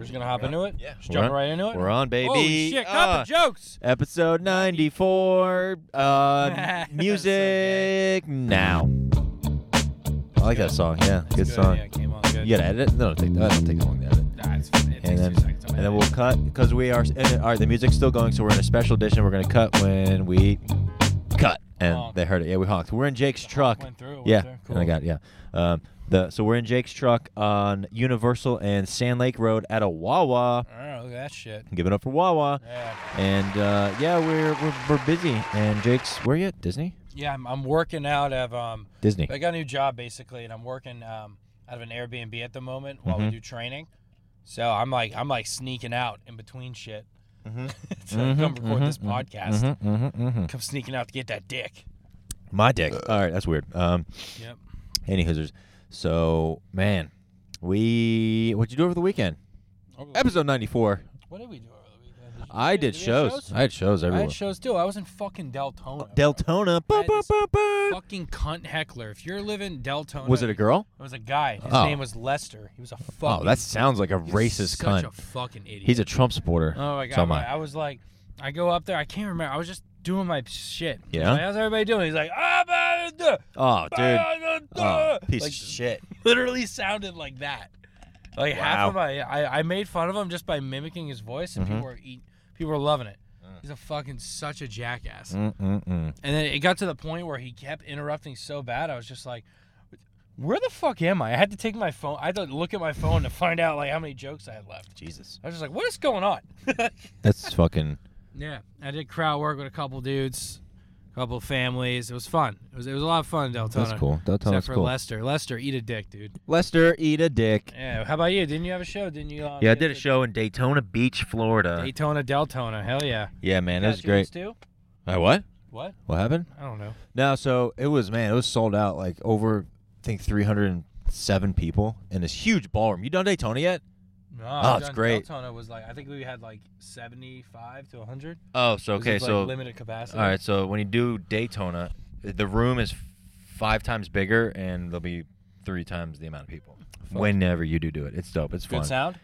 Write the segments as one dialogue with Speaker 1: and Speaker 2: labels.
Speaker 1: just gonna hop into it.
Speaker 2: Yeah.
Speaker 1: Just jumping right into it.
Speaker 3: We're on, baby.
Speaker 1: Holy shit! Couple
Speaker 3: Ah,
Speaker 1: jokes.
Speaker 3: episode 94. Uh,
Speaker 1: So gay.
Speaker 3: music now. I like that song. Yeah, good,
Speaker 1: Good,
Speaker 3: song.
Speaker 1: Yeah, it came on good.
Speaker 3: You gotta edit it? No, it take, that don't take that long to edit.
Speaker 1: Nah, it's fine. It
Speaker 3: And
Speaker 1: takes
Speaker 3: then,
Speaker 1: two seconds. I'm
Speaker 3: and then
Speaker 1: editing.
Speaker 3: we'll cut because we are. and it- All right, the music's still going, so we're in a special edition. We're gonna cut when we cut, and
Speaker 1: Honk.
Speaker 3: they heard it. Yeah, we honked. We're in Jake's
Speaker 1: The honk
Speaker 3: truck.
Speaker 1: went through, it went
Speaker 3: yeah,
Speaker 1: through.
Speaker 3: and I
Speaker 1: Cool.
Speaker 3: got yeah. Um, the so we're in Jake's truck on Universal and Sand Lake Road at a Wawa.
Speaker 1: Oh, look at that shit.
Speaker 3: Give it up for Wawa.
Speaker 1: Yeah.
Speaker 3: And uh, yeah, we're, we're we're busy. And Jake's where you at? Disney?
Speaker 1: Yeah, I'm, I'm working out of um.
Speaker 3: Disney.
Speaker 1: I got a new job basically, and I'm working um out of an Airbnb at the moment while we
Speaker 3: Mhm.
Speaker 1: do training. So I'm like I'm like sneaking out in between shit
Speaker 2: Mhm.
Speaker 1: to come
Speaker 3: Mhm,
Speaker 1: record
Speaker 3: mhm,
Speaker 1: this
Speaker 3: mhm,
Speaker 1: podcast.
Speaker 3: Mhm, mhm, mhm.
Speaker 1: Come sneaking out to get that dick.
Speaker 3: My dick. All right, that's weird. Um,
Speaker 1: Yep.
Speaker 3: any hoosers. So man, we what'd you do over the weekend? Episode ninety four.
Speaker 1: What did we do over the weekend? you-
Speaker 3: I did
Speaker 1: you
Speaker 3: shows. I had shows
Speaker 1: I
Speaker 3: everywhere. Uh,
Speaker 1: had shows too. I was in fucking Deltona. bro.
Speaker 3: Deltona.
Speaker 1: I had
Speaker 3: Ba, ba,
Speaker 1: this
Speaker 3: ba, ba.
Speaker 1: Fucking cunt heckler. If you're living Deltona,
Speaker 3: Was it a girl?
Speaker 1: It was a guy. His
Speaker 3: Oh.
Speaker 1: name was Lester. He was a
Speaker 3: Oh,
Speaker 1: fucking.
Speaker 3: that sounds like a
Speaker 1: he's
Speaker 3: racist
Speaker 1: such
Speaker 3: cunt.
Speaker 1: a fucking idiot.
Speaker 3: He's a Trump supporter.
Speaker 1: Oh my god!
Speaker 3: So am
Speaker 1: right.
Speaker 3: I.
Speaker 1: I was like, I go up there. I can't remember. I was just doing my shit. I was
Speaker 3: Yeah?
Speaker 1: like, How's everybody doing? He's like, ah, bah, duh,
Speaker 3: Oh,
Speaker 1: bah,
Speaker 3: dude.
Speaker 1: duh,
Speaker 3: Oh,
Speaker 1: duh."
Speaker 3: piece
Speaker 1: like,
Speaker 3: of shit.
Speaker 1: Literally sounded like that. Like half
Speaker 3: Wow. Mm-hmm.
Speaker 1: of my, I, I made fun of him just by mimicking his voice, and people were eat, people were loving it.
Speaker 3: Uh.
Speaker 1: He's a fucking such a jackass.
Speaker 3: Mm, Mm-mm-mm.
Speaker 1: And then it got to the point where he kept interrupting so bad, I was just like, where the fuck am I? I had to take my phone. I had to look at my phone to find out like how many jokes I had left.
Speaker 3: Jesus.
Speaker 1: I was just like, what is going on?
Speaker 3: That's fucking.
Speaker 1: Yeah, I did crowd work with a couple dudes, a couple families. It was fun. It was it was a lot of fun in Deltona.
Speaker 3: That's cool. Deltona's
Speaker 1: Except for
Speaker 3: cool.
Speaker 1: Lester. Lester, eat a dick, dude.
Speaker 3: Lester, eat a dick.
Speaker 1: Yeah. How about you? Didn't you have a show? Didn't you? Uh,
Speaker 3: Yeah, I
Speaker 1: get
Speaker 3: did a
Speaker 1: to
Speaker 3: show in Daytona Beach, Florida.
Speaker 1: Daytona, Deltona. Hell yeah.
Speaker 3: Yeah, man, it was
Speaker 1: Got yours
Speaker 3: great.
Speaker 1: Too?
Speaker 3: I what?
Speaker 1: What?
Speaker 3: What happened?
Speaker 1: I don't know.
Speaker 3: No, so it was man, it was sold out like over I think 307 people in this huge ballroom. You done Daytona yet?
Speaker 1: No,
Speaker 3: Oh, it's
Speaker 1: done-
Speaker 3: great.
Speaker 1: Deltona was like I think we had like seventy-five to hundred.
Speaker 3: Oh, so
Speaker 1: like limited capacity.
Speaker 3: all right, so when you do Daytona, the room is five times bigger and there'll be three times the amount of people.
Speaker 1: Fuck.
Speaker 3: Whenever you do do it, it's dope. It's
Speaker 1: Good
Speaker 3: fun.
Speaker 1: sound.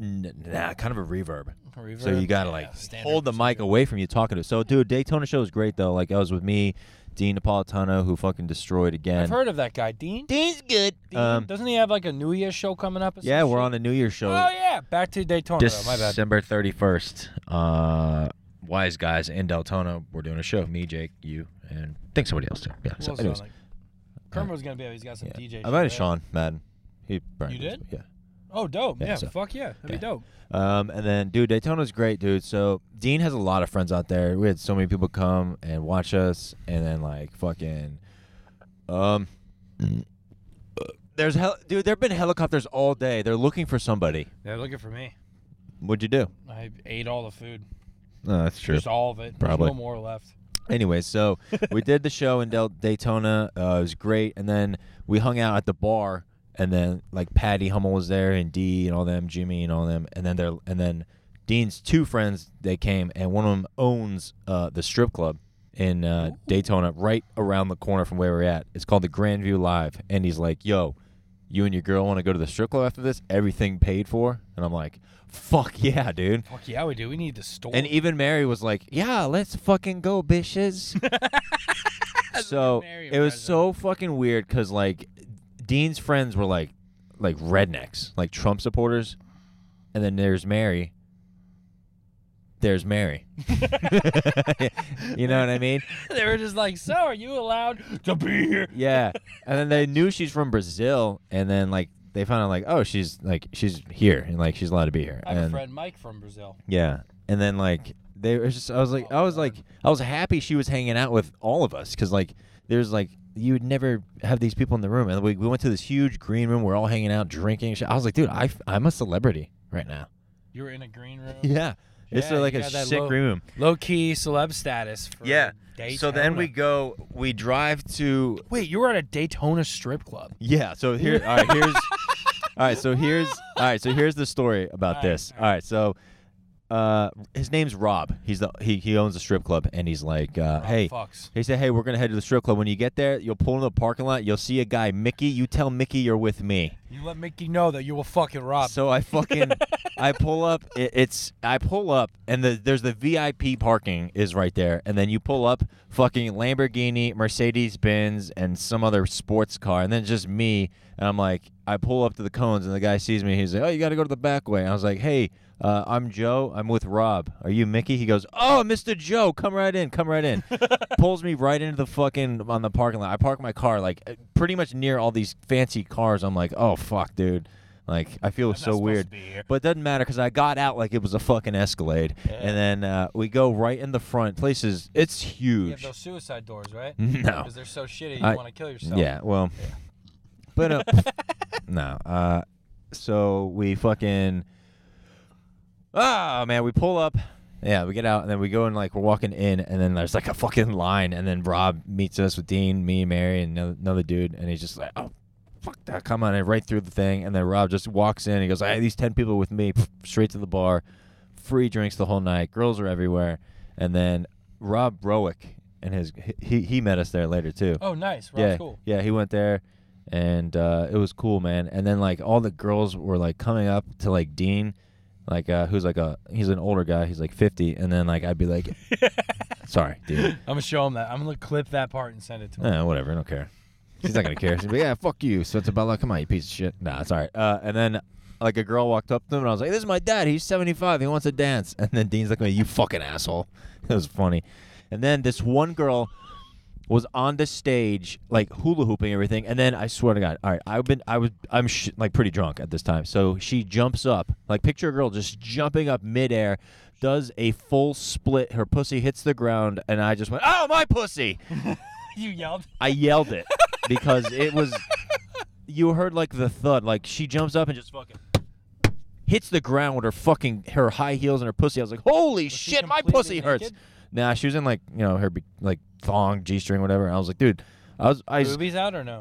Speaker 3: N- nah, kind of a reverb.
Speaker 1: Reverb?
Speaker 3: So you gotta
Speaker 1: Yeah,
Speaker 3: like
Speaker 1: standard
Speaker 3: hold the mic
Speaker 1: procedure.
Speaker 3: away from you talking to. So dude, Daytona show was great though. Like I was with me, Dean Napolitano, who fucking destroyed again.
Speaker 1: I've heard of that guy, Dean.
Speaker 3: Dean's good.
Speaker 1: Dean.
Speaker 3: Um,
Speaker 1: Doesn't he have like a New Year's show coming up? Or some
Speaker 3: yeah,
Speaker 1: shit?
Speaker 3: we're on the New Year's show.
Speaker 1: Oh yeah, back to Daytona. though, My bad.
Speaker 3: December thirty first. Uh, wise guys in Deltona, we're doing a show. Me, Jake, you, and I think somebody else too. Yeah.
Speaker 1: What
Speaker 3: So,
Speaker 1: was
Speaker 3: anyways,
Speaker 1: on, like- Kermit was gonna be. He's got some
Speaker 3: yeah.
Speaker 1: DJ.
Speaker 3: I
Speaker 1: shit,
Speaker 3: invited
Speaker 1: right?
Speaker 3: Sean Madden. He burned.
Speaker 1: You
Speaker 3: it.
Speaker 1: did?
Speaker 3: Yeah.
Speaker 1: Oh, dope. Yeah,
Speaker 3: Yeah, so-
Speaker 1: fuck yeah, that'd be
Speaker 3: yeah.
Speaker 1: dope.
Speaker 3: Um, and then, dude, Daytona's great, dude. So Dean has a lot of friends out there. We had so many people come and watch us, and then like fucking, um, there's hell, dude. There've been helicopters all day. They're looking for somebody.
Speaker 1: They're looking for me.
Speaker 3: What'd you do?
Speaker 1: I ate all the food,
Speaker 3: No, that's true.
Speaker 1: just all of it.
Speaker 3: Probably.
Speaker 1: There's no more left.
Speaker 3: Anyway, so we did the show in Del- Daytona. Uh, it was great, and then we hung out at the bar, and then like Patty Hummel was there, and Dee and all them, Jimmy and all them, and then there, and then Dean's two friends they came, and one of them owns uh, the strip club in uh, Daytona, right around the corner from where we're at. It's called the Grandview Live, and he's like, "Yo, you and your girl want to go to the strip club after this? Everything paid for?" And I'm like, "Fuck yeah, dude!"
Speaker 1: Fuck yeah, we do. We need the store.
Speaker 3: And e- even Mary was like, "Yeah, let's fucking go, bitches." so
Speaker 1: Mary
Speaker 3: it was
Speaker 1: impression.
Speaker 3: so fucking weird because like Dean's friends were like like rednecks, like Trump supporters, and then there's Mary. There's Mary. you know what I mean?
Speaker 1: they were just like, "So, are you allowed to be here?"
Speaker 3: Yeah. And then they knew she's from Brazil, and then like they found out like, oh, she's like she's here, and like she's allowed to be here.
Speaker 1: I have a
Speaker 3: And-
Speaker 1: friend Mike from Brazil.
Speaker 3: Yeah, and then like they were just. I was like, I was like, I was happy she was hanging out with all of us because like there's like you would never have these people in the room, and we, we went to this huge green room. We're all hanging out, drinking. and shit. I was like, dude, I I'm a celebrity right now.
Speaker 1: You were in a green room.
Speaker 3: Yeah, it's
Speaker 1: Yeah,
Speaker 3: like
Speaker 1: you
Speaker 3: a
Speaker 1: got that
Speaker 3: sick
Speaker 1: low-
Speaker 3: green room.
Speaker 1: Low key celeb status. For
Speaker 3: So then
Speaker 1: Daytona.
Speaker 3: we go, we drive to.
Speaker 1: wait. You were at a Daytona strip club.
Speaker 3: Yeah. So here, all right, here's. All right, so here's all right, so here's the story about
Speaker 1: All right,
Speaker 3: this. All right, so uh, his name's Rob. He's the he, he owns a strip club, and he's like, uh,
Speaker 1: Oh,
Speaker 3: hey,
Speaker 1: fucks.
Speaker 3: He said, "Hey, we're gonna head to the strip club. When you get there, you'll pull in the parking lot. You'll see a guy, Mickey. You tell Mickey you're with me."
Speaker 1: You let Mickey know that you will fucking rob.
Speaker 3: So I fucking I pull up. It, it's I pull up, and the, there's the VIP parking is right there, and then you pull up fucking Lamborghini, Mercedes Benz, and some other sports car, and then just me. And I'm like, I pull up to the cones, and the guy sees me. He's like, Oh, you got to go to the back way. And I was like, Hey, uh, I'm Joe. I'm with Rob. Are you Mickey? He goes, Oh, Mr. Joe, come right in. Come right in. Pulls me right into the fucking on the parking lot. I park my car like pretty much near all these fancy cars. I'm like, Oh fuck, dude. Like I feel
Speaker 1: I'm not
Speaker 3: so
Speaker 1: supposed
Speaker 3: weird.
Speaker 1: to be here.
Speaker 3: But it doesn't matter because I got out like it was a fucking Escalade,
Speaker 1: Yeah.
Speaker 3: and then uh, we go right in the front. Places, it's
Speaker 1: You
Speaker 3: huge.
Speaker 1: have those suicide doors, right?
Speaker 3: no,
Speaker 1: Because they're so shitty, you
Speaker 3: I-
Speaker 1: want to kill yourself.
Speaker 3: yeah, well, but uh, no. Uh, so we fucking ah man, we pull up. Yeah, we get out and then we go and like we're walking in and then there's like a fucking line and then Rob meets us with Dean, me, Mary, and another, another dude and he's just like, oh fuck that, come on in right through the thing and then Rob just walks in. And he goes, hey, these ten people with me, straight to the bar, free drinks the whole night, girls are everywhere, and then Rob Browick and his he he met us there later too
Speaker 1: Oh, nice. Rob's
Speaker 3: yeah,
Speaker 1: cool.
Speaker 3: yeah, he went there, and uh, it was cool, man. And then like all the girls were like coming up to like Dean, like uh, who's like a he's an older guy, he's like fifty, and then like I'd be like, sorry, dude,
Speaker 1: I'm gonna show him that. I'm gonna clip that part and send it to him.
Speaker 3: eh, whatever, I don't care. He's not gonna care. He's gonna be, yeah, fuck you, Spencer Butler. Come on, you piece of shit. Nah, it's all right. Uh, and then like a girl walked up to him, and I was like, this is my dad. He's seventy five. He wants to dance. And then Dean's like, you fucking asshole. It was funny. And then this one girl was on the stage like hula hooping everything and then i swear to god all right i've been i was i'm sh- like pretty drunk at this time so she jumps up like picture a girl just jumping up midair does a full split her pussy hits the ground and i just went oh my pussy
Speaker 1: you yelled.
Speaker 3: i yelled it because it was you heard like the thud like she jumps up and just fucking hits the ground with her fucking her high heels and her pussy i was like holy
Speaker 1: she
Speaker 3: shit my
Speaker 1: completely
Speaker 3: pussy hurts
Speaker 1: naked?
Speaker 3: nah she was in like you know her be- like thong g-string whatever and i was like dude i was i was
Speaker 1: Boobies out or no?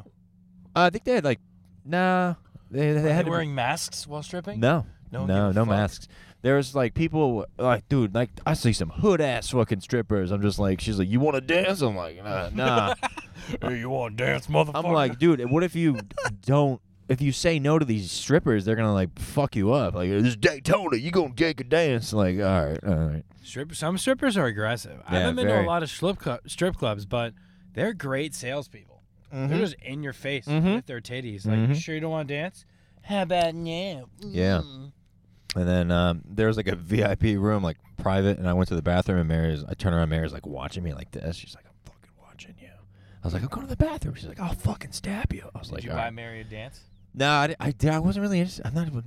Speaker 3: uh, I think they had like, nah, they, they
Speaker 1: Are
Speaker 3: had
Speaker 1: they wearing masks while stripping?
Speaker 3: no,
Speaker 1: No
Speaker 3: no,
Speaker 1: one
Speaker 3: no,
Speaker 1: gave a fuck.
Speaker 3: masks. There was like people like, dude, like I see some hood ass fucking strippers. I'm just like, she's like, you want to dance? I'm like, nah, nah.
Speaker 1: Hey, you want to dance, motherfucker?
Speaker 3: I'm like, dude, what if you don't? If you say no to these strippers, they're gonna like fuck you up. Like this is Daytona, you gonna take a dance? Like, all right, all right.
Speaker 1: Strip- some strippers are aggressive. I
Speaker 3: Yeah,
Speaker 1: haven't been to
Speaker 3: very.
Speaker 1: a lot of strip, clu- strip clubs, but they're great salespeople.
Speaker 3: Mm-hmm.
Speaker 1: They're just in your face with their titties. Like, you sure you don't want to dance? How about now? Mm.
Speaker 3: Yeah. And then um, there was like a VIP room, like private, and I went to the bathroom, and Mary's. I turned around, Mary's like watching me like this. She's like, "I'm fucking watching you." I was like, "I'm going to the bathroom." She's like, "I'll fucking stab you." I was
Speaker 1: Did
Speaker 3: like, uh,
Speaker 1: you
Speaker 3: "All
Speaker 1: buy
Speaker 3: right."
Speaker 1: Mary a dance?
Speaker 3: "No, I, di- I, di- I wasn't really interested. I'm not even.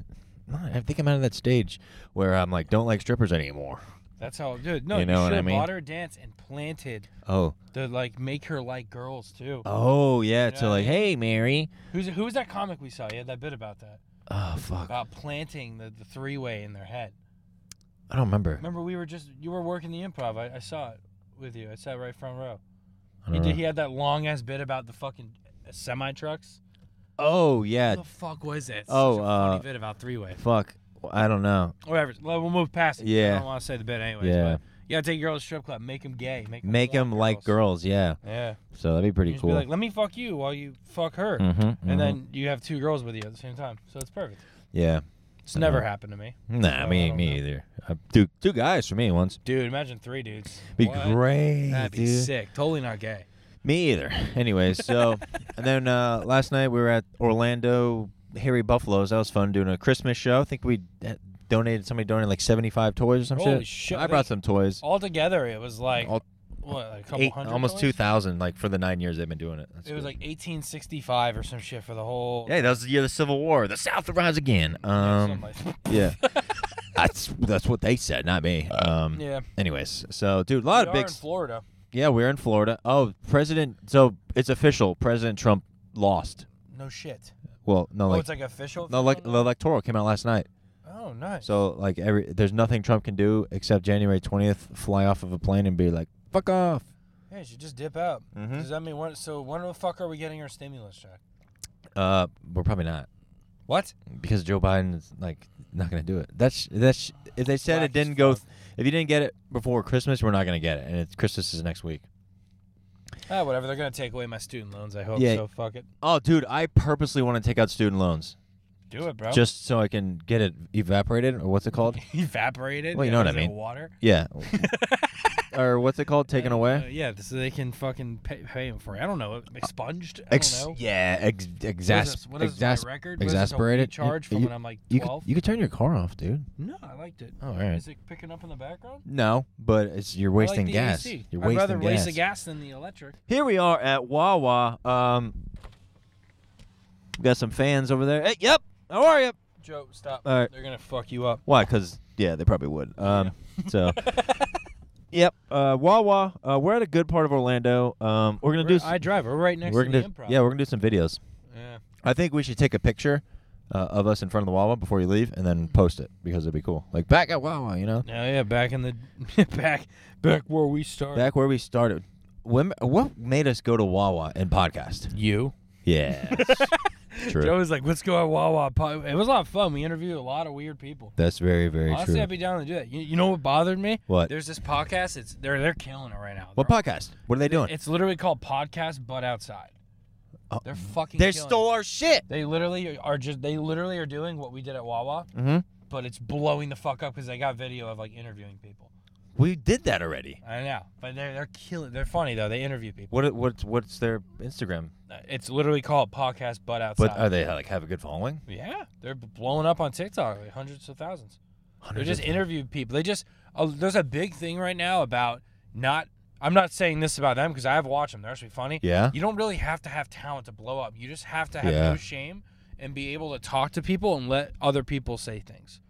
Speaker 3: no, I think I'm out of that stage where I'm like, don't like strippers anymore."
Speaker 1: That's how, dude. No,
Speaker 3: You
Speaker 1: you,
Speaker 3: know what
Speaker 1: should
Speaker 3: I
Speaker 1: have
Speaker 3: mean?
Speaker 1: bought her a dance and planted
Speaker 3: Oh,
Speaker 1: the like make her like girls too.
Speaker 3: oh yeah.
Speaker 1: know
Speaker 3: So
Speaker 1: what I
Speaker 3: like,
Speaker 1: mean?
Speaker 3: hey, Mary.
Speaker 1: Who's who was that comic we saw? He had that bit about that
Speaker 3: Oh fuck,
Speaker 1: about planting the, the three way in their head.
Speaker 3: I don't remember.
Speaker 1: Remember, we were just you were working the improv. I, I saw it with you. I sat right front row.
Speaker 3: I
Speaker 1: He
Speaker 3: don't
Speaker 1: did.
Speaker 3: know.
Speaker 1: He had that long ass bit about the fucking semi trucks.
Speaker 3: Oh yeah.
Speaker 1: What the fuck was that? It's
Speaker 3: Oh,
Speaker 1: such a funny
Speaker 3: uh,
Speaker 1: bit about three way.
Speaker 3: Fuck. Well, I don't know.
Speaker 1: Whatever. Well, we'll move past it. 'cause I
Speaker 3: Yeah.
Speaker 1: don't want to say the bit anyways.
Speaker 3: Yeah.
Speaker 1: But you gotta take your girls to strip club. Make them gay. Make 'em
Speaker 3: Make
Speaker 1: want
Speaker 3: them like girls. Yeah.
Speaker 1: Yeah.
Speaker 3: So that'd be pretty
Speaker 1: You just
Speaker 3: cool.
Speaker 1: be like, let me fuck you while you fuck her,
Speaker 3: mm-hmm,
Speaker 1: and then you have two girls with you at the same time. So it's perfect.
Speaker 3: yeah.
Speaker 1: It's never
Speaker 3: Mhm.
Speaker 1: happened to me,
Speaker 3: Nah,
Speaker 1: So, I
Speaker 3: me
Speaker 1: don't
Speaker 3: me
Speaker 1: know.
Speaker 3: either. Uh, two two guys for me once.
Speaker 1: dude. Imagine three dudes.
Speaker 3: Be
Speaker 1: What?
Speaker 3: great,
Speaker 1: That'd be
Speaker 3: dude.
Speaker 1: sick. Totally not gay.
Speaker 3: Me either. Anyway, so and then uh, last night we were at Orlando Harry Buffaloes. That was fun doing a Christmas show. I think we uh, donated somebody donated like seventy five toys or some
Speaker 1: Holy
Speaker 3: shit.
Speaker 1: shit,
Speaker 3: I brought
Speaker 1: they-
Speaker 3: some toys.
Speaker 1: Altogether, it was like
Speaker 3: All-
Speaker 1: what, like a couple
Speaker 3: Eight,
Speaker 1: hundred,
Speaker 3: almost
Speaker 1: toys?
Speaker 3: two thousand, like for the nine years they've been doing it. That's
Speaker 1: It was
Speaker 3: good.
Speaker 1: like 1865 or some shit for the whole.
Speaker 3: hey, that was the year of the Civil War. The South will rise again.
Speaker 1: Yeah,
Speaker 3: Um,
Speaker 1: something like-
Speaker 3: yeah, that's that's what they said, not me. Um,
Speaker 1: Uh, yeah.
Speaker 3: Anyways, so dude, a
Speaker 1: We
Speaker 3: lot of
Speaker 1: are
Speaker 3: big.
Speaker 1: in Florida.
Speaker 3: Yeah, we're in Florida. Oh, President. So it's official. President Trump lost.
Speaker 1: No shit.
Speaker 3: Well, no,
Speaker 1: oh,
Speaker 3: like
Speaker 1: it's like official.
Speaker 3: no, like the electoral came out last night.
Speaker 1: oh, nice.
Speaker 3: So like every there's nothing Trump can do except January 20th fly off of a plane and be like, "Fuck off."
Speaker 1: yeah, you should just dip out.
Speaker 3: Mhm.
Speaker 1: Does that mean when? So when the fuck are we getting our stimulus check?
Speaker 3: Uh, we're probably not
Speaker 1: What?
Speaker 3: because Joe Biden's like not gonna do it. That's that's if they said
Speaker 1: Whack
Speaker 3: it
Speaker 1: as
Speaker 3: didn't go.
Speaker 1: fuck.
Speaker 3: If you didn't get it before Christmas, we're not gonna get it, and it's Christmas is next week.
Speaker 1: Ah, whatever. They're gonna take away my student loans. I hope
Speaker 3: Yeah.
Speaker 1: so. Fuck it.
Speaker 3: Oh, dude, I purposely want to take out student loans.
Speaker 1: do it, bro.
Speaker 3: just so I can get it evaporated or what's it called?
Speaker 1: evaporated.
Speaker 3: Well, you know what I
Speaker 1: is it
Speaker 3: mean.
Speaker 1: Water.
Speaker 3: Yeah. or what's it called? Taken
Speaker 1: Uh,
Speaker 3: away?
Speaker 1: yeah, so they can fucking pay, pay him for it. I don't know. Expunged. I don't
Speaker 3: Ex-
Speaker 1: know.
Speaker 3: yeah, ex-
Speaker 1: What is
Speaker 3: exas-
Speaker 1: this- what is
Speaker 3: exas-
Speaker 1: my record? What is this, a
Speaker 3: exasperated.
Speaker 1: weed charge from
Speaker 3: you,
Speaker 1: when I'm like
Speaker 3: you, could,
Speaker 1: twelve.
Speaker 3: you could turn your car off, dude.
Speaker 1: No, I liked it.
Speaker 3: Oh, all right.
Speaker 1: Is it picking up in the background?
Speaker 3: No, but it's you're
Speaker 1: I like
Speaker 3: wasting
Speaker 1: the
Speaker 3: gas.
Speaker 1: AC.
Speaker 3: You're
Speaker 1: I'd
Speaker 3: wasting
Speaker 1: rather
Speaker 3: gas.
Speaker 1: waste the gas than the electric.
Speaker 3: Here we are at Wawa. Um, we got some fans over there. Hey, yep. How are you?
Speaker 1: Joe, stop.
Speaker 3: All right.
Speaker 1: They're gonna fuck you up.
Speaker 3: Why? Because yeah, they probably would. Um, so. Yep. Uh, Wawa. Uh, we're at a good part of Orlando. Um, we're gonna do.
Speaker 1: We're-
Speaker 3: s-
Speaker 1: I drive. We're right next
Speaker 3: we're
Speaker 1: to
Speaker 3: gonna
Speaker 1: the
Speaker 3: do-
Speaker 1: improv.
Speaker 3: yeah, we're gonna do some videos.
Speaker 1: Yeah.
Speaker 3: I think we should take a picture uh, of us in front of the Wawa before you leave, and
Speaker 1: Mm-hmm.
Speaker 3: then post it because it'd be cool. Like back at Wawa, you know,
Speaker 1: Yeah, yeah, back in the back back where we started.
Speaker 3: back where we started. When, what made us go to Wawa and podcast?
Speaker 1: you.
Speaker 3: Yeah, true.
Speaker 1: Joe was like, "Let's go at Wawa." Po- It was a lot of fun. We interviewed a lot of weird people.
Speaker 3: That's very, very
Speaker 1: Honestly,
Speaker 3: true.
Speaker 1: I'd be down to do that. You, you know what bothered me?
Speaker 3: What?
Speaker 1: There's this podcast. It's they're they're killing it right now.
Speaker 3: What
Speaker 1: They're-
Speaker 3: podcast? What are they doing?
Speaker 1: It's literally called podcast, but outside.
Speaker 3: Oh,
Speaker 1: they're fucking.
Speaker 3: They
Speaker 1: killing it.
Speaker 3: stole our shit.
Speaker 1: They literally are just. They literally are doing what we did at Wawa,
Speaker 3: Mm-hmm.
Speaker 1: but it's blowing the fuck up because they got video of like interviewing people.
Speaker 3: We did that already.
Speaker 1: I know, but they're they're killing. They're funny though. They interview people.
Speaker 3: What? What's? What's their Instagram?
Speaker 1: It's literally called podcast, but outside.
Speaker 3: But are they like have a good following?
Speaker 1: yeah, they're blowing up on TikTok, like hundreds of thousands. They
Speaker 3: Hundreds
Speaker 1: just
Speaker 3: of-
Speaker 1: interview people. They just uh, there's a big thing right now about not. I'm not saying this about them because I have watched them. They're actually funny.
Speaker 3: Yeah.
Speaker 1: You don't really have to have talent to blow up. You just have to have
Speaker 3: Yeah.
Speaker 1: no shame and be able to talk to people and let other people say things.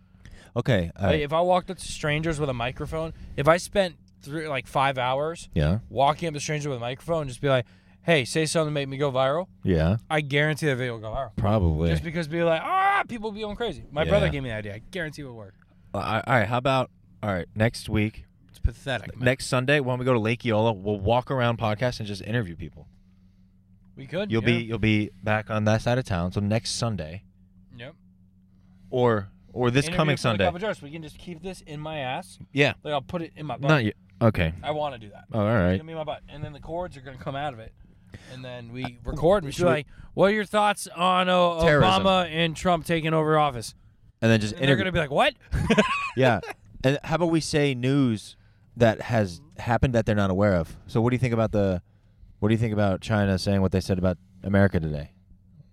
Speaker 3: Okay. all
Speaker 1: Like,
Speaker 3: right.
Speaker 1: if I walked up to strangers with a microphone, if I spent three like five hours
Speaker 3: Yeah.
Speaker 1: walking up to strangers with a microphone, and just be like, "Hey, say something to make me go viral,"
Speaker 3: Yeah.
Speaker 1: I guarantee the video will go viral.
Speaker 3: Probably.
Speaker 1: Just because people be like, ah, people be going crazy. My
Speaker 3: Yeah.
Speaker 1: brother gave me the idea. I guarantee it would work.
Speaker 3: all right. all right, How about? All right. Next week.
Speaker 1: It's pathetic. man.
Speaker 3: Next Sunday, when we go to Lake Eola, we'll walk around podcast and just interview people.
Speaker 1: we could.
Speaker 3: You'll
Speaker 1: yeah.
Speaker 3: be you'll be back on that side of town. So next Sunday,
Speaker 1: Yep.
Speaker 3: or or this
Speaker 1: Interview
Speaker 3: coming
Speaker 1: for the
Speaker 3: Sunday.
Speaker 1: Cup of Joe, so we can just keep this in my ass.
Speaker 3: Yeah.
Speaker 1: Like I'll put it in my butt.
Speaker 3: Not you. Okay.
Speaker 1: I want to do that.
Speaker 3: Oh, all
Speaker 1: It's
Speaker 3: right.
Speaker 1: gonna be in my butt, and then the chords are gonna come out of it, and then we record. And we should be
Speaker 3: Uh, should we-
Speaker 1: like, "What are your thoughts on uh,
Speaker 3: Terrorism.
Speaker 1: Obama and Trump taking over office?"
Speaker 3: And then just
Speaker 1: And they're
Speaker 3: interview.
Speaker 1: gonna be like, "What?"
Speaker 3: yeah. And how about we say news that has happened that they're not aware of? So what do you think about the what do you think about China saying what they said about America today?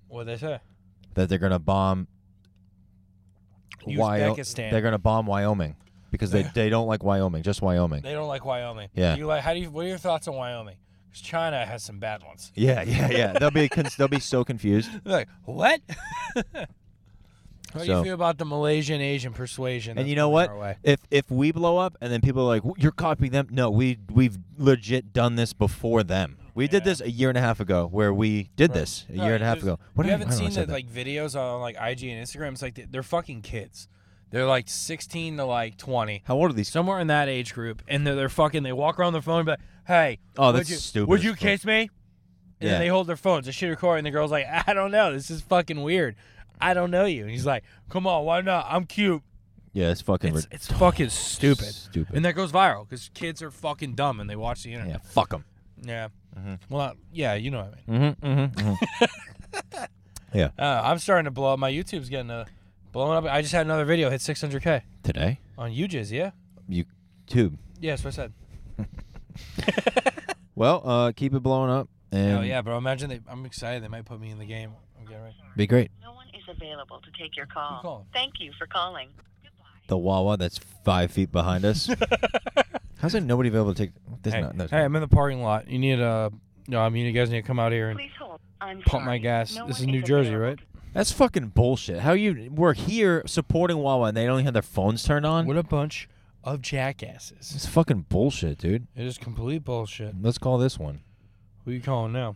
Speaker 1: what they say?
Speaker 3: That they're going to bomb Wyo-
Speaker 1: Uzbekistan.
Speaker 3: They're going to bomb Wyoming because they they don't like Wyoming, just Wyoming.
Speaker 1: They don't like Wyoming.
Speaker 3: Yeah.
Speaker 1: Do you like? How do you? What are your thoughts on Wyoming? 'Cause China has some bad ones.
Speaker 3: yeah, yeah, yeah. They'll be con- they'll be so confused.
Speaker 1: They're like, "What?" How do
Speaker 3: So-
Speaker 1: you feel about the Malaysian Asian persuasion?
Speaker 3: And
Speaker 1: that's
Speaker 3: you know
Speaker 1: coming
Speaker 3: what?
Speaker 1: our way?
Speaker 3: If if we blow up and then people are like, "W- "You're copying them," no, we we've legit done this before them. We did
Speaker 1: Yeah.
Speaker 3: this a year and a half ago, where we did
Speaker 1: Right.
Speaker 3: this a
Speaker 1: No,
Speaker 3: year and a half
Speaker 1: there's-
Speaker 3: ago. What
Speaker 1: you
Speaker 3: did I-
Speaker 1: haven't
Speaker 3: I don't know
Speaker 1: seen
Speaker 3: why I
Speaker 1: the
Speaker 3: said that.
Speaker 1: like videos on like IG and Instagram. It's like they- they're fucking kids. They're like 16 to like 20,
Speaker 3: How old are these?
Speaker 1: somewhere in that age group, and they're, they're fucking. They walk around their phone, and be like, "Hey,
Speaker 3: Oh,
Speaker 1: would
Speaker 3: that's
Speaker 1: you-
Speaker 3: stupid
Speaker 1: Would
Speaker 3: as
Speaker 1: you
Speaker 3: fuck.
Speaker 1: kiss me?" And
Speaker 3: Yeah.
Speaker 1: then they hold their phones. They shoot record, and the girl's like, "I don't know. This is fucking weird. I don't know you." And he's like, "Come on, why not? I'm cute."
Speaker 3: Yeah, it's fucking.
Speaker 1: It's,
Speaker 3: rid-
Speaker 1: it's fucking stupid.
Speaker 3: Stupid.
Speaker 1: And that goes viral because kids are fucking dumb and they watch the
Speaker 3: yeah,
Speaker 1: internet.
Speaker 3: fuck them.
Speaker 1: Yeah. Well, not- yeah, you know what I mean.
Speaker 3: Mm-hmm,
Speaker 1: Uh, I'm starting to blow up. My YouTube's getting uh, blown up. I just had another video hit 600k
Speaker 3: Today,
Speaker 1: on UJiz. Yeah,
Speaker 3: you tube.
Speaker 1: yeah, that's what I said.
Speaker 3: Well, uh, keep it blowing up, and
Speaker 1: Hell Oh, yeah, bro! Imagine they. I'm excited. They might put me in the game. I'm getting ready.
Speaker 3: be great.
Speaker 2: No one is available to take your
Speaker 1: Who called?
Speaker 2: call. Thank you for calling. Goodbye.
Speaker 3: The Wawa that's five feet behind us. How's there nobody available to take? There's
Speaker 1: Hey,
Speaker 3: not. There's
Speaker 1: hey, I'm in the parking lot. You need Uh, no, I mean you guys need to come out here and
Speaker 2: Please hold. I'm
Speaker 1: pump my
Speaker 2: sorry.
Speaker 1: gas.
Speaker 2: No
Speaker 1: this is
Speaker 2: one
Speaker 1: New Jersey,
Speaker 2: available
Speaker 1: right?
Speaker 2: to-
Speaker 3: That's fucking bullshit. How you we're here supporting Wawa and they don't have their phones turned on?
Speaker 1: What a bunch of jackasses!
Speaker 3: It's fucking bullshit, dude.
Speaker 1: It is complete bullshit.
Speaker 3: Let's call this one.
Speaker 1: Who you calling now?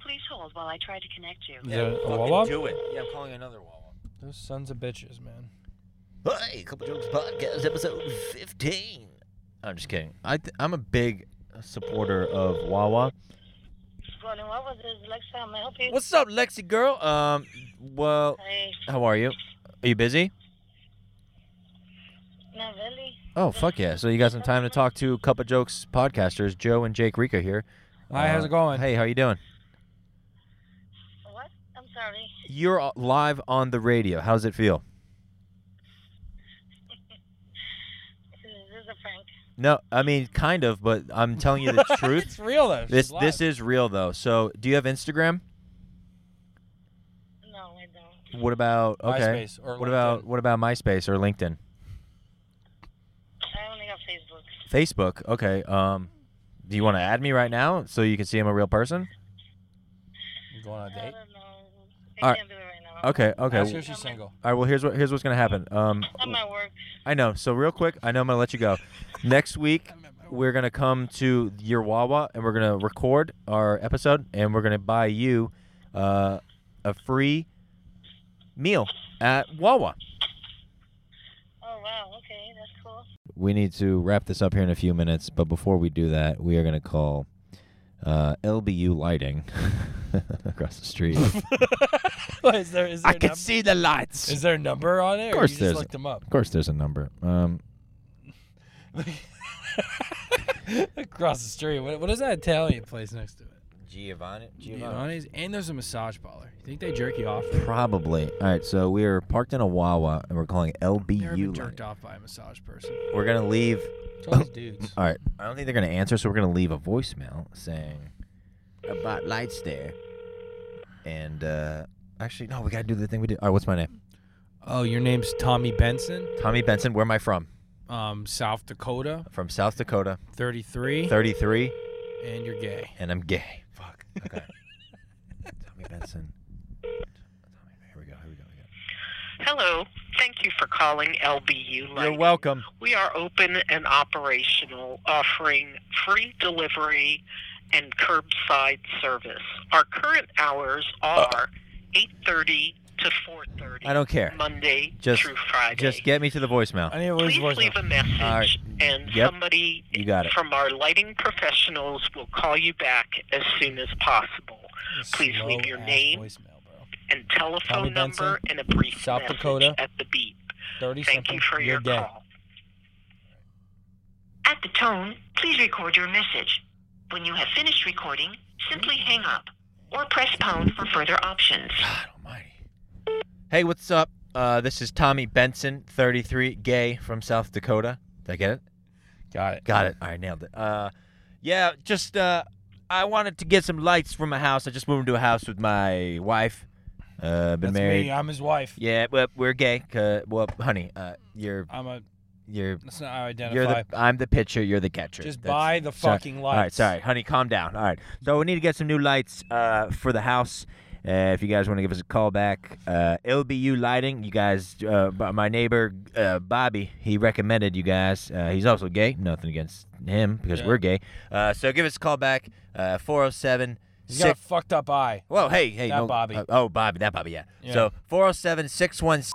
Speaker 2: Please hold while I try to connect you.
Speaker 1: Is that a Wawa?
Speaker 3: Do it. Yeah, I'm calling another Wawa.
Speaker 1: Those sons of bitches, man.
Speaker 3: Hey, Couple Jokes Podcast, episode 15. I'm just kidding. I th- I'm a big supporter of Wawa.
Speaker 2: Going on, what was this? Next time I help you.
Speaker 3: What's up, Lexi girl? Um, well,
Speaker 2: Hey,
Speaker 3: how are you? Are you busy?
Speaker 2: not really.
Speaker 3: Oh, fuck yeah. So you got some time to talk to Couple Jokes podcasters, Joe and Jake Rica here.
Speaker 1: Hi, how's
Speaker 3: Uh,
Speaker 1: it going?
Speaker 3: Hey, how you doing?
Speaker 2: What? I'm sorry.
Speaker 3: You're uh, live on the radio. How's it feel?
Speaker 2: This is a prank.
Speaker 3: No, I mean kind of, but I'm telling you the
Speaker 1: it's
Speaker 3: truth.
Speaker 1: real though.
Speaker 3: This this is real though. So, do you have Instagram?
Speaker 2: No, I don't.
Speaker 3: What about okay?
Speaker 1: MySpace or
Speaker 3: what about
Speaker 1: LinkedIn.
Speaker 3: what about MySpace or LinkedIn?
Speaker 2: I only got Facebook.
Speaker 3: Facebook. Okay. Um, do you want to add me right now so you can see I'm a real person?
Speaker 1: You going on a
Speaker 2: I
Speaker 1: date.
Speaker 2: don't know. I
Speaker 3: All right.
Speaker 2: can't do it right now.
Speaker 3: Okay. Okay.
Speaker 1: Ask her
Speaker 3: All
Speaker 1: if she's single.
Speaker 3: right. Well, here's what here's what's gonna happen. Um,
Speaker 2: I'm at work.
Speaker 3: I know. So real quick, I know I'm gonna let you go. Next week, we're gonna come to your Wawa and we're gonna record our episode and we're gonna buy you uh, a free meal at Wawa.
Speaker 2: Oh, wow. Okay, that's cool.
Speaker 3: we need to wrap this up here in a few minutes, but before we do that, we are going to call uh, LBU Lighting across the street.
Speaker 1: is there is there a
Speaker 3: I can
Speaker 1: number?
Speaker 3: see the lights.
Speaker 1: Is there a number on it? Of
Speaker 3: course
Speaker 1: or you
Speaker 3: there's
Speaker 1: Just looked them up.
Speaker 3: Of course, there's a number. Um,
Speaker 1: Across the street. What, what is that Italian place next to it?
Speaker 3: Giovanni.
Speaker 1: Giovanni's. And there's a massage parlor. You think they jerk you off?
Speaker 3: Probably. All right, so we are parked in a Wawa, and we're calling
Speaker 1: Never been
Speaker 3: LBU
Speaker 1: jerked
Speaker 3: Lighting.
Speaker 1: off by a massage person.
Speaker 3: We're gonna leave.
Speaker 1: It's all these dudes.
Speaker 3: All right. I don't think they're gonna answer, so we're gonna leave a voicemail saying about lights there. And uh, actually, no, we gotta do the thing we do. All right, what's my name?
Speaker 1: Oh, your name's Tommy Benson,
Speaker 3: Tommy Benson. Where am I from?
Speaker 1: um, South Dakota,
Speaker 3: From South Dakota.
Speaker 1: 33,
Speaker 3: 33,
Speaker 1: and you're gay.
Speaker 3: and I'm gay. Fuck. Okay. Tommy Benson. Tommy, here we go. Here we go. Here
Speaker 4: Hello. Thank you for calling LBU
Speaker 3: we go.
Speaker 4: Lighting.
Speaker 3: welcome.
Speaker 4: We are open and operational, offering free delivery and curbside service. Our current hours are 8:30 to 4:30.
Speaker 3: Uh, I don't care.
Speaker 4: Monday
Speaker 3: Just-
Speaker 4: through Friday.
Speaker 3: Just get me to the voicemail.
Speaker 1: I need to lose
Speaker 4: Please
Speaker 1: voice.
Speaker 4: leave a message,
Speaker 3: All right.
Speaker 4: and
Speaker 3: Yep.
Speaker 4: somebody
Speaker 3: You got it.
Speaker 4: from our lighting professionals will call you back as soon as possible. Please leave your name
Speaker 1: Voicemail, bro.
Speaker 4: And
Speaker 1: Tommy
Speaker 4: telephone
Speaker 1: Benson,
Speaker 4: number and a brief
Speaker 1: South
Speaker 4: message
Speaker 1: Dakota.
Speaker 4: at the beep.
Speaker 1: 30
Speaker 4: Thank
Speaker 1: something.
Speaker 4: you for
Speaker 1: you're
Speaker 4: your
Speaker 1: gay.
Speaker 4: call.
Speaker 2: At the tone, please record your message. When you have finished recording, simply hang up or press pound for further options.
Speaker 3: God almighty. Hey, what's up? Uh, this is Tommy Benson, 33, gay from South Dakota. Did I get it?
Speaker 1: Got it.
Speaker 3: Got it. All right, nailed it. Uh, yeah, just uh, I wanted to get some lights for my house. I just moved into a house with my wife. Uh, been
Speaker 1: That's
Speaker 3: married.
Speaker 1: me. I'm his wife.
Speaker 3: Yeah, well, we're gay. Uh, well, honey, uh, you're
Speaker 1: I'm a.
Speaker 3: you're
Speaker 1: That's not how I identify.
Speaker 3: You're the, I'm the pitcher. You're the catcher.
Speaker 1: Just
Speaker 3: That's-
Speaker 1: buy the
Speaker 3: sorry.
Speaker 1: fucking
Speaker 3: All right,
Speaker 1: lights.
Speaker 3: sorry, honey, calm down. All right, so we need to get some new lights uh, for the house. Uh, if you guys want to give us a call back, uh, LBU Lighting. You guys, uh, b- my neighbor uh, Bobby, he recommended you guys. Uh, he's also gay. Nothing against him because
Speaker 1: Yeah.
Speaker 3: we're gay. Uh, so give us a call back. Uh, 407
Speaker 1: He's got a fucked up eye.
Speaker 3: Whoa, hey, hey.
Speaker 1: That
Speaker 3: no,
Speaker 1: Bobby.
Speaker 3: uh, oh, Bobby, that Bobby, yeah.
Speaker 1: Yeah.
Speaker 3: So 407 616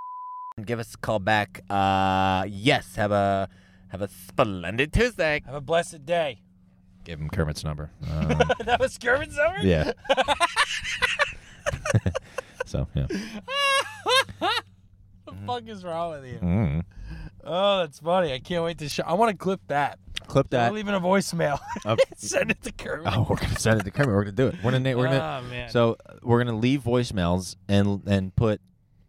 Speaker 3: give us a call back. Uh yes, have a have a splendid Tuesday.
Speaker 1: Have a blessed day.
Speaker 3: Give him Kermit's number. Um,
Speaker 1: that was Kermit's number?
Speaker 3: yeah. so, yeah.
Speaker 1: What the fuck is wrong with you?
Speaker 3: Mm.
Speaker 1: Oh, that's funny. I can't wait to show. I want to clip that.
Speaker 3: Clip
Speaker 1: We're
Speaker 3: that.
Speaker 1: leaving a voicemail.
Speaker 3: Oh.
Speaker 1: Send it to Kermit.
Speaker 3: Oh, we're gonna send it to Kermit. We're gonna do it. We're gonna. We're gonna.
Speaker 1: Ah, man.
Speaker 3: So uh, we're gonna leave voicemails and and put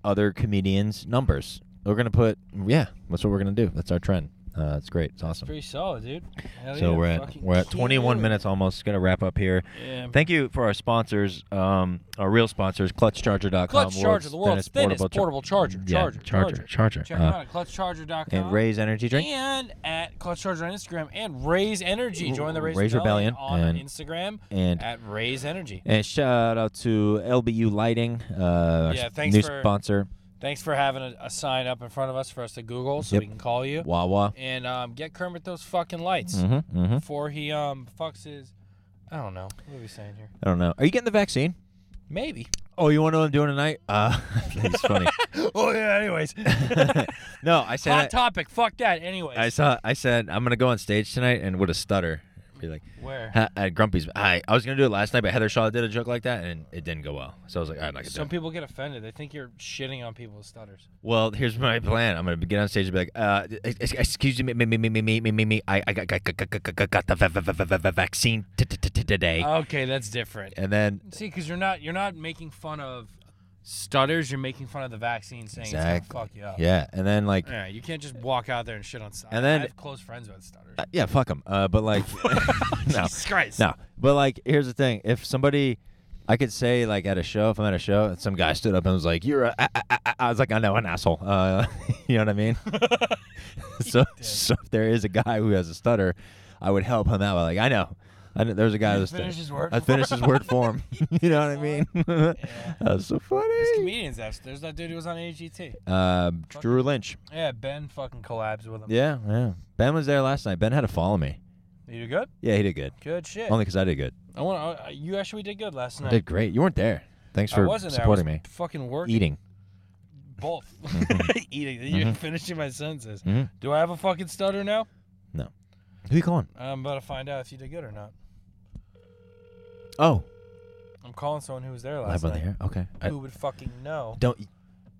Speaker 3: other comedians' numbers. We're gonna put yeah. That's what we're gonna do. That's our trend. Uh, it's great. It's awesome.
Speaker 1: pretty solid, dude. Hell
Speaker 3: So
Speaker 1: yeah,
Speaker 3: we're at
Speaker 1: fucking
Speaker 3: we're at
Speaker 1: do
Speaker 3: 21
Speaker 1: it.
Speaker 3: minutes almost. Gonna wrap up here.
Speaker 1: Yeah.
Speaker 3: Thank you for our sponsors, um, our real sponsors, ClutchCharger.com.
Speaker 1: Clutch Charger, the world's thinnest portable, charger.
Speaker 3: yeah,
Speaker 1: Charger,
Speaker 3: charger, charger.
Speaker 1: Check
Speaker 3: Uh,
Speaker 1: them out at clutchcharger.com.
Speaker 3: and Ray's energy drink.
Speaker 1: And at Clutch Charger on Instagram and Raise Energy. Join the Raise,
Speaker 3: Raise Rebellion
Speaker 1: on
Speaker 3: and-
Speaker 1: Instagram
Speaker 3: And
Speaker 1: at Raise Energy.
Speaker 3: and shout out to LBU Lighting, uh, our
Speaker 1: Yeah,
Speaker 3: s-
Speaker 1: thanks
Speaker 3: new
Speaker 1: for-
Speaker 3: sponsor,
Speaker 1: Thanks for having a, a sign up in front of us for us to Google so
Speaker 3: Yep.
Speaker 1: we can call you.
Speaker 3: Wawa.
Speaker 1: And um, get Kermit those fucking lights
Speaker 3: hmm hmm
Speaker 1: before he um fucks his. I don't know. What are we saying here?
Speaker 3: I don't know. Are you getting the vaccine?
Speaker 1: Maybe.
Speaker 3: Oh, you want to know what I'm doing tonight? Uh, it's funny.
Speaker 1: oh, yeah, anyways.
Speaker 3: no, I said.
Speaker 1: Hot
Speaker 3: I,
Speaker 1: topic. Fuck that. Anyways.
Speaker 3: I saw. I said I'm gonna go on stage tonight and with a stutter, be like.
Speaker 1: Where?
Speaker 3: Ha- at Grumpy's. I I was gonna do it last night, but Heather Shaw did a joke like that, and it didn't go well. So I was like, I'm not gonna do
Speaker 1: Some
Speaker 3: it.
Speaker 1: people get offended. They think you're shitting on people with stutters.
Speaker 3: Well, here's my plan. I'm gonna get on stage and be like, uh, ex- ex- excuse me, me, me, me, me, me, me, me, me. I I got got got got- got got the va- va- va- va- va- vaccine t- t- t- today,
Speaker 1: Okay, that's different.
Speaker 3: and then
Speaker 1: See, because you're not you're not making fun of stutters, you're making fun of the vaccine, saying it's
Speaker 3: Exactly.
Speaker 1: gonna fuck you up.
Speaker 3: Yeah, and then like
Speaker 1: Yeah, you can't just walk out there and shit on.
Speaker 3: And
Speaker 1: I,
Speaker 3: then-
Speaker 1: I have close friends with stutters.
Speaker 3: uh, yeah, fuck them. Uh, but like no,
Speaker 1: Jesus Christ.
Speaker 3: no. But like here's the thing: if somebody, I could say like at a show, if I'm at a show, and some guy stood up and was like, "You're a," a- a- a-" I was like, "I know an asshole." Uh, you know what I mean? so, so if there is a guy who has a stutter, I would help him out. by Like I know. I know, there was a guy
Speaker 1: You
Speaker 3: who stuttered.
Speaker 1: finish his word
Speaker 3: I
Speaker 1: for
Speaker 3: finished his word for him. you know what I mean? that was so
Speaker 1: These
Speaker 3: funny.
Speaker 1: comedians have. There's that dude who was on AGT.
Speaker 3: Uh, Drew Lynch.
Speaker 1: Yeah, Ben fucking collabs with him.
Speaker 3: Yeah, yeah. Ben was there last night. Ben had to follow me.
Speaker 1: You did good.
Speaker 3: Yeah, he did good.
Speaker 1: Good shit.
Speaker 3: Only because I did good.
Speaker 1: I want. I, you actually did good last
Speaker 3: I
Speaker 1: night.
Speaker 3: did great. You weren't there. Thanks
Speaker 1: I
Speaker 3: for
Speaker 1: wasn't there.
Speaker 3: supporting
Speaker 1: I was
Speaker 3: me.
Speaker 1: Fucking working.
Speaker 3: Eating. Mm-hmm.
Speaker 1: Both. Eating. You're finishing my sentences.
Speaker 3: Mhm.
Speaker 1: Do I have a fucking stutter now?
Speaker 3: Who you calling?
Speaker 1: I'm about to find out if you did good or not.
Speaker 3: Oh,
Speaker 1: I'm calling someone who was there last
Speaker 3: live on the
Speaker 1: night.
Speaker 3: air. Okay. I
Speaker 1: Who would fucking know
Speaker 3: don't. e-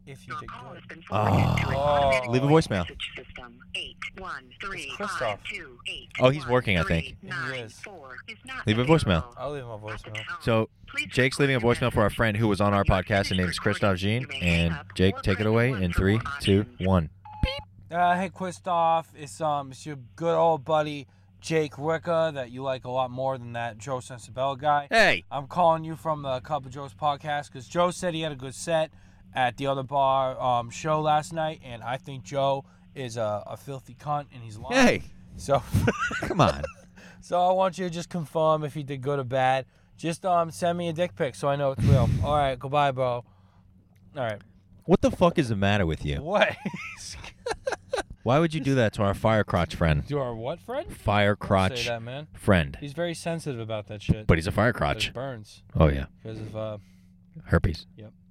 Speaker 1: if you
Speaker 2: Your
Speaker 1: did
Speaker 2: call has
Speaker 1: good?
Speaker 2: been forwarded to an
Speaker 1: Oh.
Speaker 2: automatic
Speaker 1: Leave a
Speaker 2: voice
Speaker 3: voicemail.
Speaker 2: message system. Eight, one, three,
Speaker 1: It's
Speaker 2: five,
Speaker 1: Christoph.
Speaker 2: two, eight,
Speaker 3: Oh, he's
Speaker 2: one,
Speaker 3: working, I
Speaker 2: three,
Speaker 3: think.
Speaker 2: nine,
Speaker 1: He is.
Speaker 2: four is not
Speaker 3: Leave a voicemail.
Speaker 2: available.
Speaker 1: I'll leave him a
Speaker 2: At the
Speaker 1: voicemail.
Speaker 2: tone,
Speaker 3: So
Speaker 2: please
Speaker 3: Jake's leaving a
Speaker 2: record your
Speaker 3: voicemail for our
Speaker 2: message.
Speaker 3: friend who was on our
Speaker 2: When you're
Speaker 3: podcast. Her
Speaker 2: finished
Speaker 3: name is Christoph
Speaker 2: recording,
Speaker 3: Jean.
Speaker 2: you may hang
Speaker 3: And
Speaker 2: up or
Speaker 3: Jake, take it
Speaker 2: press
Speaker 3: away
Speaker 2: one
Speaker 3: in
Speaker 2: for more
Speaker 3: three, two,
Speaker 2: options.
Speaker 3: one.
Speaker 1: Uh, hey, Christoph, it's um, it's your good old buddy Jake Ricca that you like a lot more than that Joe Sensabella guy.
Speaker 3: Hey.
Speaker 1: I'm calling you from the Cup of Joe's podcast because Joe said he had a good set at the other bar um, show last night, and I think Joe is a, a filthy cunt and he's lying.
Speaker 3: Hey.
Speaker 1: So,
Speaker 3: Come on.
Speaker 1: so I want you to just confirm if he did good or bad. Just um, send me a dick pic so I know it's real. All right, goodbye, bro. All right.
Speaker 3: What the fuck is the matter with you?
Speaker 1: What?
Speaker 3: Why would you do that to our fire crotch friend?
Speaker 1: Do our what, Fred?
Speaker 3: Fire
Speaker 1: Don't
Speaker 3: crotch
Speaker 1: Say that, man.
Speaker 3: friend.
Speaker 1: He's very sensitive about that shit.
Speaker 3: But he's a fire
Speaker 1: But it
Speaker 3: crotch.
Speaker 1: burns
Speaker 3: Oh yeah,
Speaker 1: because of uh,
Speaker 3: herpes.
Speaker 1: Yep.